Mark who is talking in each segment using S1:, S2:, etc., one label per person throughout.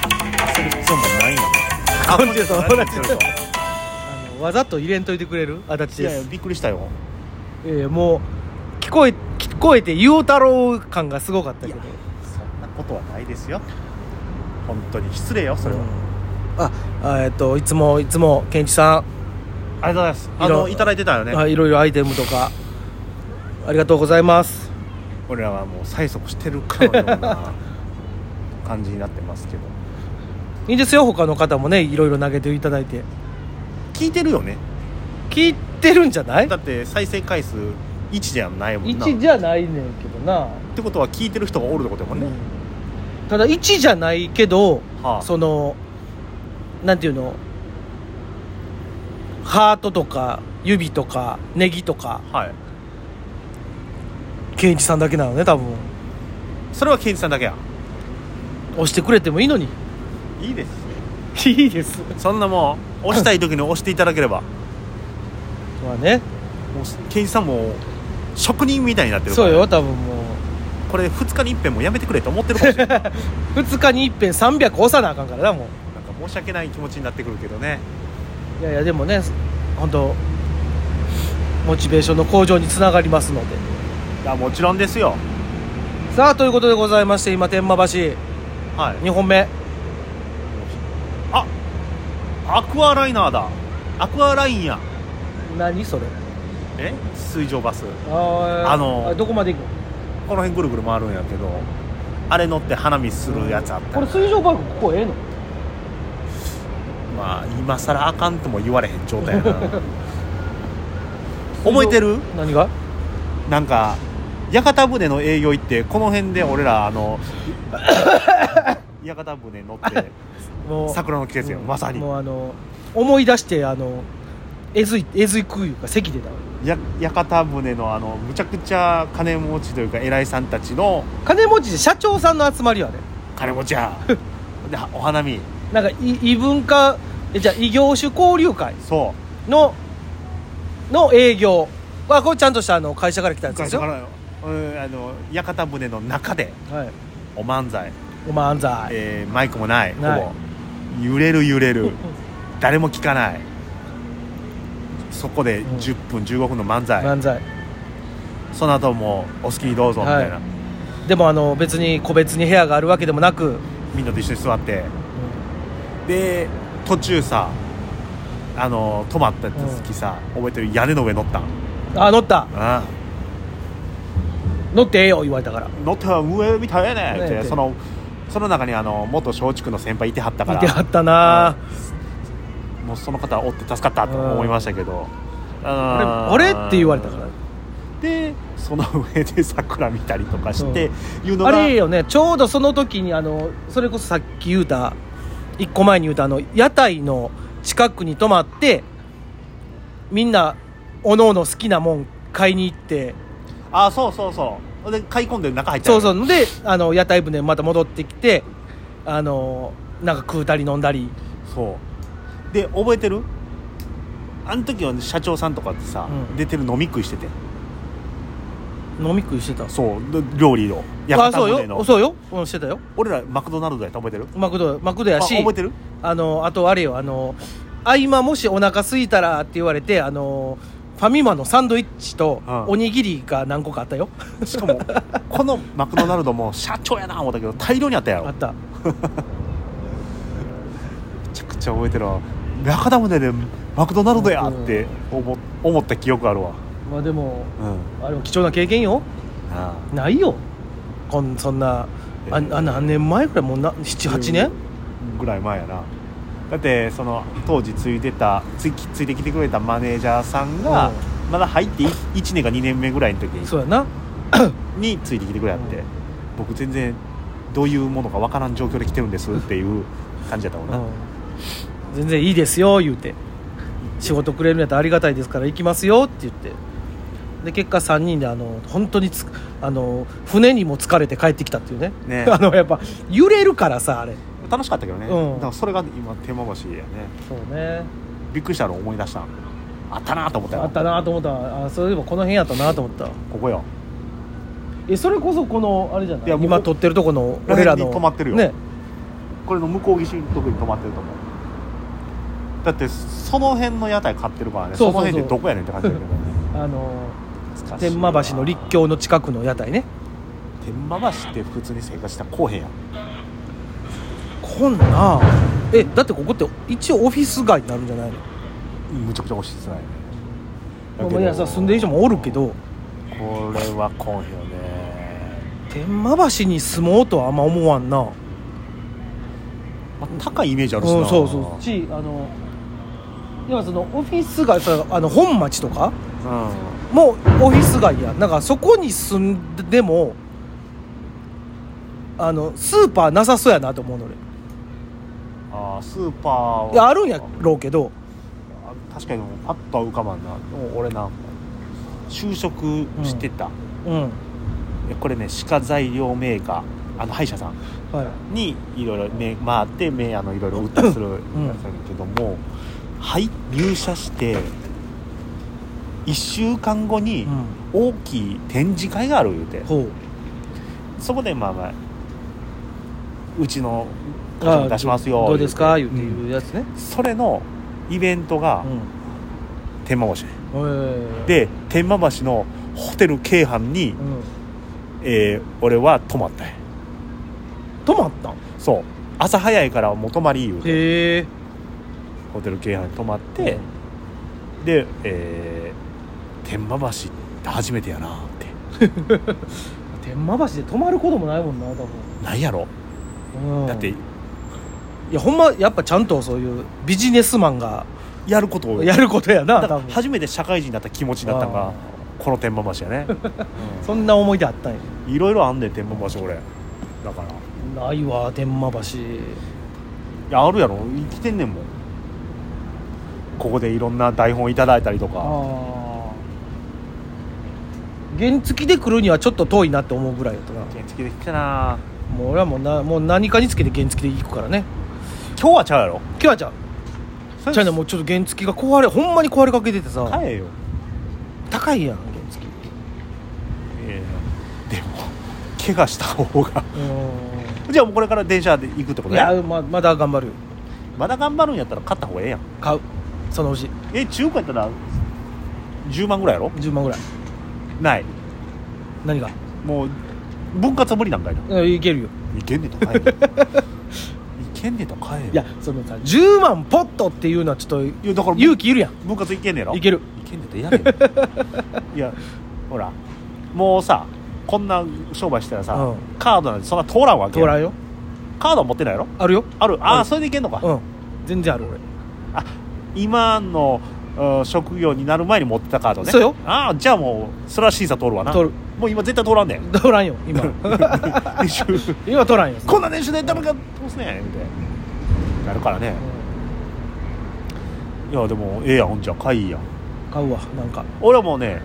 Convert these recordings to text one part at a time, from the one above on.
S1: る必要もないんや
S2: あ本当です
S1: 同じこと
S2: あのわざと入れんといてくれる足立
S1: い
S2: で
S1: やい
S2: す
S1: やびっくりしたよ
S2: ええもう聞こえ聞こえて雄太郎感がすごかったけど
S1: いやそんなことはないですよ本当に失礼よそれは、
S2: うんああえっといつもいつも健一さ
S1: ありがとうございますあ
S2: い
S1: の
S2: ろ
S1: いただいてたよ
S2: ん、
S1: ね、
S2: あいろいろアイテムとかありがとうございます
S1: 俺らはもう催促してるかのような感じになってますけど
S2: いいですよ他の方もねいろいろ投げていただいて
S1: 聞いてるよね
S2: 聞いてるんじゃない
S1: だって再生回数1じゃないもんなっ
S2: 1じゃないねんけどな、
S1: てことは聞いてる人がおるってことやもんね、
S2: ただ1じゃないけど
S1: はあ
S2: そのなんていうのハートとか指とかネギとか
S1: はい
S2: 健一さんだけなのね多分
S1: それはケンジさんだけや
S2: 押してくれてもいいのに
S1: いいですよ
S2: いいです
S1: そんなもう押したい時に押していただければ
S2: まあね
S1: もうケンジさんも職人みたいになってるから
S2: そうよ多分もう
S1: これ2日に一遍もやめてくれと思ってるかもし れないなんか
S2: 2日に一遍300押さなあかんからなも
S1: 申し訳ない気持ちになってくるけどね
S2: ういやいやでもね本当モチベーションの向上につながりますので
S1: いやもちろんですよ
S2: さあということでございまして今天満橋
S1: はい
S2: 2本目
S1: あアクアライナーだアクアラインや
S2: 何それ
S1: え水上バス
S2: あ
S1: あの
S2: どこまで行く
S1: この辺ぐるぐる回るんやけどあれ乗って花見するやつあった
S2: これ
S1: ら
S2: 水上バイクここええの
S1: まあ今更あかんとも言われへん状態や な覚えてる
S2: 何が
S1: なんか屋形船の営業行ってこの辺で俺らあ の屋形船乗って
S2: もう
S1: 桜の季節よ
S2: うん
S1: まさに
S2: もうあの思い出してあのえずいえずいくいうか席出た
S1: や屋形船のあのむちゃくちゃ金持ちというか偉いさんたちの
S2: 金持ちで社長さんの集まりはね
S1: 金持ち やでお花見
S2: なんかい異文化えじゃあ異業種交流会
S1: そ
S2: のの営業あこれちゃんとしたあの会社から来た
S1: う
S2: やつですよ、
S1: だ
S2: は
S1: からうんあの屋形船の中で
S2: い、
S1: お漫才
S2: お漫才、
S1: えーマイクもないほぼ
S2: ない
S1: 揺れる揺れ る誰も聞かないそこで
S2: うん
S1: 10分15分の漫才、
S2: 漫才
S1: その後もうお好きにどうぞみたいな、
S2: はでもあの別に個別に部屋があるわけでもなく、
S1: みんなと一緒に座ってで途中さあの泊まった時さ、覚えてる屋根の上乗ったん
S2: あ乗った
S1: あ
S2: 乗ってええよ言われたから
S1: あ乗ったら上みたいやねっ
S2: ねえってて
S1: そのその中にあの元松竹の先輩いてはったか
S2: 見ては
S1: ら
S2: ったな
S1: もうその方おって助かったと思いましたけど、あ
S2: あれあれって言われたから
S1: でその上で桜見たりとかして、いうの
S2: あ
S1: が
S2: れよねちょうどその時にあのそれこそさっき言うた一個前に言うたあの屋台の近くに泊まってみんなおのおの好きなもん買いに行って
S1: あそうそうそうで買い込んで中入っちゃ
S2: そうそううであの屋台船また戻ってきてあのなんか食うたり飲んだり、
S1: そうで覚えてるあの時は、社長さんとかってさ、
S2: うん
S1: 出てる飲み食いしてて
S2: 飲み食いしてた
S1: そうで料理の屋
S2: あ
S1: 形
S2: そう
S1: 船
S2: よ
S1: の
S2: そうよ、うん、してたよ
S1: 俺らマクドナルドやった覚えてる
S2: マクドマクドや
S1: あ
S2: し
S1: 覚えてる
S2: あのあとあれよあの合間もしお腹空いたらって言われてあのファミマのサンドイッチと
S1: うん
S2: おにぎりが何個かあったよ、
S1: しかもこのマクドナルドも社長やな思ったけど大量にあったやろめ
S2: あった
S1: ちゃくちゃ覚えてるわ屋形船でマクドナルドやって思思った記憶あるわ
S2: まあでも
S1: うん
S2: あれも貴重な経験よ
S1: ああ
S2: ないよこんそんなああ
S1: えー
S2: 何年前くらいもうな78年、
S1: ぐらい前やなだってその当時ついてたついついてきてくれたマネージャーさんがまだ入ってい1年か2年目ぐらいの時
S2: そうやな
S1: にについてきてくれやって、
S2: うん
S1: 僕全然どういうものかわからん状況で来てるんですっていう感じやったもんな、
S2: うん全然いいですよ言うて仕事くれるんやったらありがたいですから行きますよって言ってで結果3人であの本当につあの船にも疲れて帰ってきたっていうね
S1: ね
S2: あのやっぱ揺れるからさあれ
S1: 楽しかったけどね、
S2: うん
S1: だからそれが今手間橋やね
S2: そうね
S1: びっくりしたの思い出したあったなと思ったよ
S2: あったなと思ったあそういえばこの辺やったなと思った
S1: ここよ
S2: えそれこそこのあれじゃない
S1: いやもう
S2: 今撮ってるとこの俺ら
S1: こ
S2: の
S1: の辺に止まってるよ
S2: ね
S1: これの向こう岸に特に泊まってると思うだってその辺の屋台買ってるからね
S2: そ
S1: そ
S2: うそうそう
S1: の辺でどこやねんって感じだけどね
S2: あの
S1: 懐かしい
S2: 天
S1: な
S2: 満橋の立教の近くの屋台ね
S1: 天満橋って普通に生活したらこうへんやん
S2: こんなえだってここって一応オフィス街になるんじゃないの
S1: むちゃくちゃ押しづらいねだ
S2: ま
S1: け
S2: あ
S1: ど
S2: いやさ住んでる人もおるけど
S1: これはこんよね、
S2: 天満橋に住もうとはあんま思わんな
S1: まあ、高いイメージあ
S2: うん
S1: るしな、
S2: そうそうしあの要はそのオフィス街さあの本町とか
S1: うん
S2: もオフィス街やんなんかそこに住んででもあのスーパーなさそうやなと思うの俺
S1: あースーパーはい
S2: やあるんやろうけど
S1: あ確かにパッとは浮かばんなでも俺な就職してた、
S2: うん
S1: えこれね歯科材料メーカーあの歯医者さん
S2: はい
S1: にいろいろ目回って目あのいろいろ売ったりするやつ
S2: ん
S1: やけども、はい入社して1週間後に
S2: うん
S1: 大きい展示会がある言うて、
S2: ほう
S1: そこでまあまあうちの会社
S2: あ
S1: も出しますよ
S2: どうですか言うて
S1: ん
S2: いうやつね
S1: それのイベントが天満橋ね
S2: うんへえ
S1: で天満橋のホテル京阪に、
S2: うん
S1: えー俺は泊まったんや
S2: 泊まったん
S1: そう朝早いからもう泊まり言うて
S2: へえ
S1: ホテル京阪に泊まって、で、えー天満橋って初めてやなって
S2: 天満橋で泊まることもないもんな多
S1: ないやろ、
S2: 分、うん
S1: だって
S2: いやほんまやっぱちゃんとそういうビジネスマンが
S1: やることを
S2: やることやな
S1: だから
S2: 多分
S1: 初めて社会人になった気持ちになったの
S2: あ
S1: がこの天満橋やね、
S2: そんな思い出あったんや
S1: うんいろいろあんねん天満橋俺だからい
S2: ないわ天満橋
S1: やあるやろ生きてんねんもんここでいろんな台本いただいたりとか
S2: あー原付で来るにはちょっと遠いなって思うぐらいやったな
S1: 原付で来たな
S2: もう俺はもうなもう何かにつけて原付で行くからね
S1: 今日はちゃうやろ
S2: 今日はちゃうちゃうねもうちょっと原付が壊れほんまに壊れかけててさ
S1: 帰えよ
S2: 高いやん原付
S1: ええでも怪我した方が
S2: う
S1: じゃあもうこれから電車で行くってこと
S2: んい
S1: ね
S2: やままだ頑張るよ
S1: まだ頑張るんやったら買った方がええやん
S2: 買うそのうち
S1: え中古やったら10万ぐらいやろ
S2: 10万ぐらい
S1: ない
S2: 何が
S1: もう分割は無理なんかいな
S2: うんいけるよ
S1: いけんねと 買えよいけんねと買えよ
S2: いやそのさ10万ポッとっていうのはちょっ
S1: いやだか
S2: と
S1: ら
S2: 勇気いるやん
S1: 分割いけんねやろ
S2: いける
S1: いけんねとやれよ いやほらもうさこんな商売したらさ、
S2: うん
S1: カードなんてそんな通らんわけ
S2: 通
S1: やん
S2: らんよ
S1: カード持ってないやろ
S2: あるよ
S1: あるあ
S2: う
S1: あ
S2: ん
S1: それでいけんのか、
S2: うん全然ある俺
S1: あ今のうん職業になる前に持ってたカードね
S2: そうよ
S1: ああじゃあもうそれは審査通るわな
S2: 通る
S1: もう今絶対通らんね ん
S2: 通らんよ 今
S1: 練習
S2: 今通らんよ
S1: こんな練習でダメか通すねんみたいななるからねいやでもええやんほんじゃ買いやん
S2: 買うわなんか
S1: 俺はもうね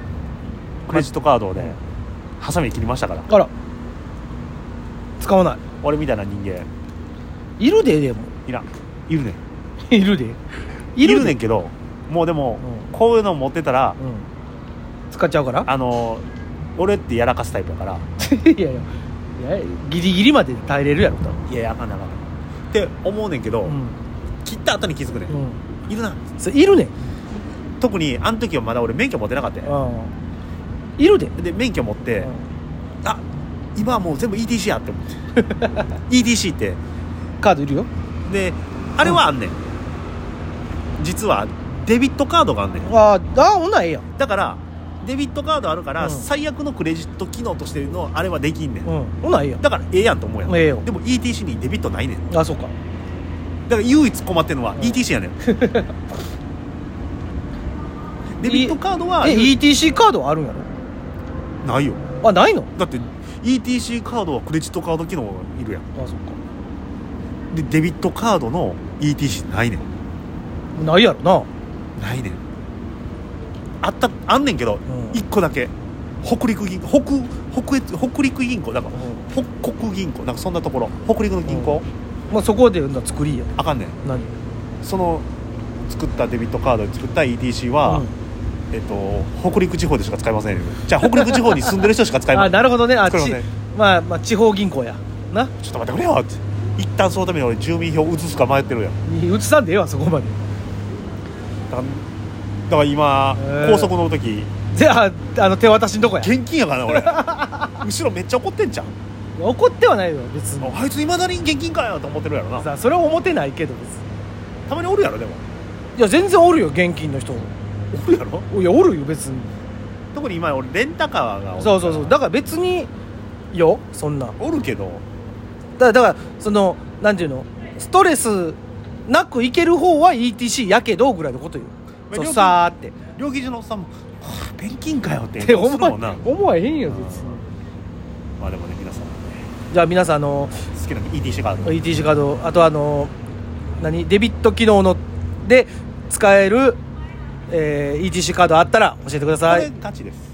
S1: クレジットカードをねハサミ切りましたから
S2: あら使わな
S1: 俺みたいな人間
S2: いいるででも
S1: いらんいるねん
S2: いるで
S1: いるね
S2: で
S1: んけどもうでも、
S2: うん
S1: こういうの持ってたら
S2: うん使っちゃうから
S1: あの俺ってやらかすタイプだから
S2: いやいやいやギリギリまで耐えれるやろ多分
S1: いやいやあかんなあかんなって思うねんけど、切った後に気づくねん、
S2: うん
S1: いるな
S2: それいるねん
S1: 特にあの時はまだ俺免許持ってなかったよ
S2: いるで
S1: で免許持って、あ今はもう全部 ETC やって思って ETC って
S2: カードいるよ
S1: であれはあんねん、実はデビットカードがあんねん
S2: あーあーほんならええやん
S1: だからデビットカードあるから、
S2: うん
S1: 最悪のクレジット機能としてのあれはできんねん、
S2: うんほんならええやん
S1: だからええやんと思うやん、
S2: ええよ
S1: でも ETC にデビットないねん
S2: あそうか
S1: だから唯一困ってるのは ETC や ねんデビットカードは
S2: え ETC カードはあるんや
S1: ないよ
S2: ろあないの
S1: だって ETC カードはクレジットカード機能いるやん
S2: あそっか
S1: でデビットカードの ETC ないねん
S2: ないやろな
S1: ないねんあったあんねんけど、
S2: ん
S1: 一1個だけ北陸銀北北越北陸銀行だから、北国銀行なんかそんなところ北陸の銀行、
S2: まあそこで言うのは作りや
S1: あかんねん
S2: 何
S1: その作ったデビットカードで作った ETC は、
S2: うん
S1: えっと、北陸地方でしか使えませんよじゃあ北陸地方に住んでる人しか使えま
S2: あ
S1: せん
S2: なるほどねあっち
S1: 作れません
S2: まあまあ地方銀行やな
S1: ちょっと待ってくれよって一旦そのために俺住民票移すか迷ってるやん
S2: 移さんでええわそこまで
S1: だからだから今、
S2: えー
S1: 高速乗る時
S2: じゃああの手渡しのとこや
S1: 現金やからな俺後ろめっちゃ怒ってんじゃん
S2: 怒ってはないよ別に
S1: あいついまだに現金かよと思ってるやろな
S2: さあそれは思ってないけど別に
S1: たまにおるやろでも
S2: いや全然おるよ現金の人
S1: おるやろ
S2: いやおるよ別に
S1: 特に今俺レンタカーがおる
S2: そうそうそうだから別によそんなだか
S1: おるけど
S2: らだからそのなんていうのストレスなく行ける方は ETC やけどぐらいのことよ
S1: まあ料
S2: そう
S1: 金
S2: さーって
S1: 両技師のおっさんも「はあ現金かよ」って
S2: って
S1: 思
S2: 思
S1: う
S2: わ
S1: もんな
S2: 思わへんよ別に
S1: まあでもね皆さんね
S2: じゃあ皆さんあの
S1: 好きな ETC がある
S2: ETC カードあとあの何デビット機能ので使える、えー ETC カードあったら教えてくだ
S1: こ
S2: さい
S1: れガチです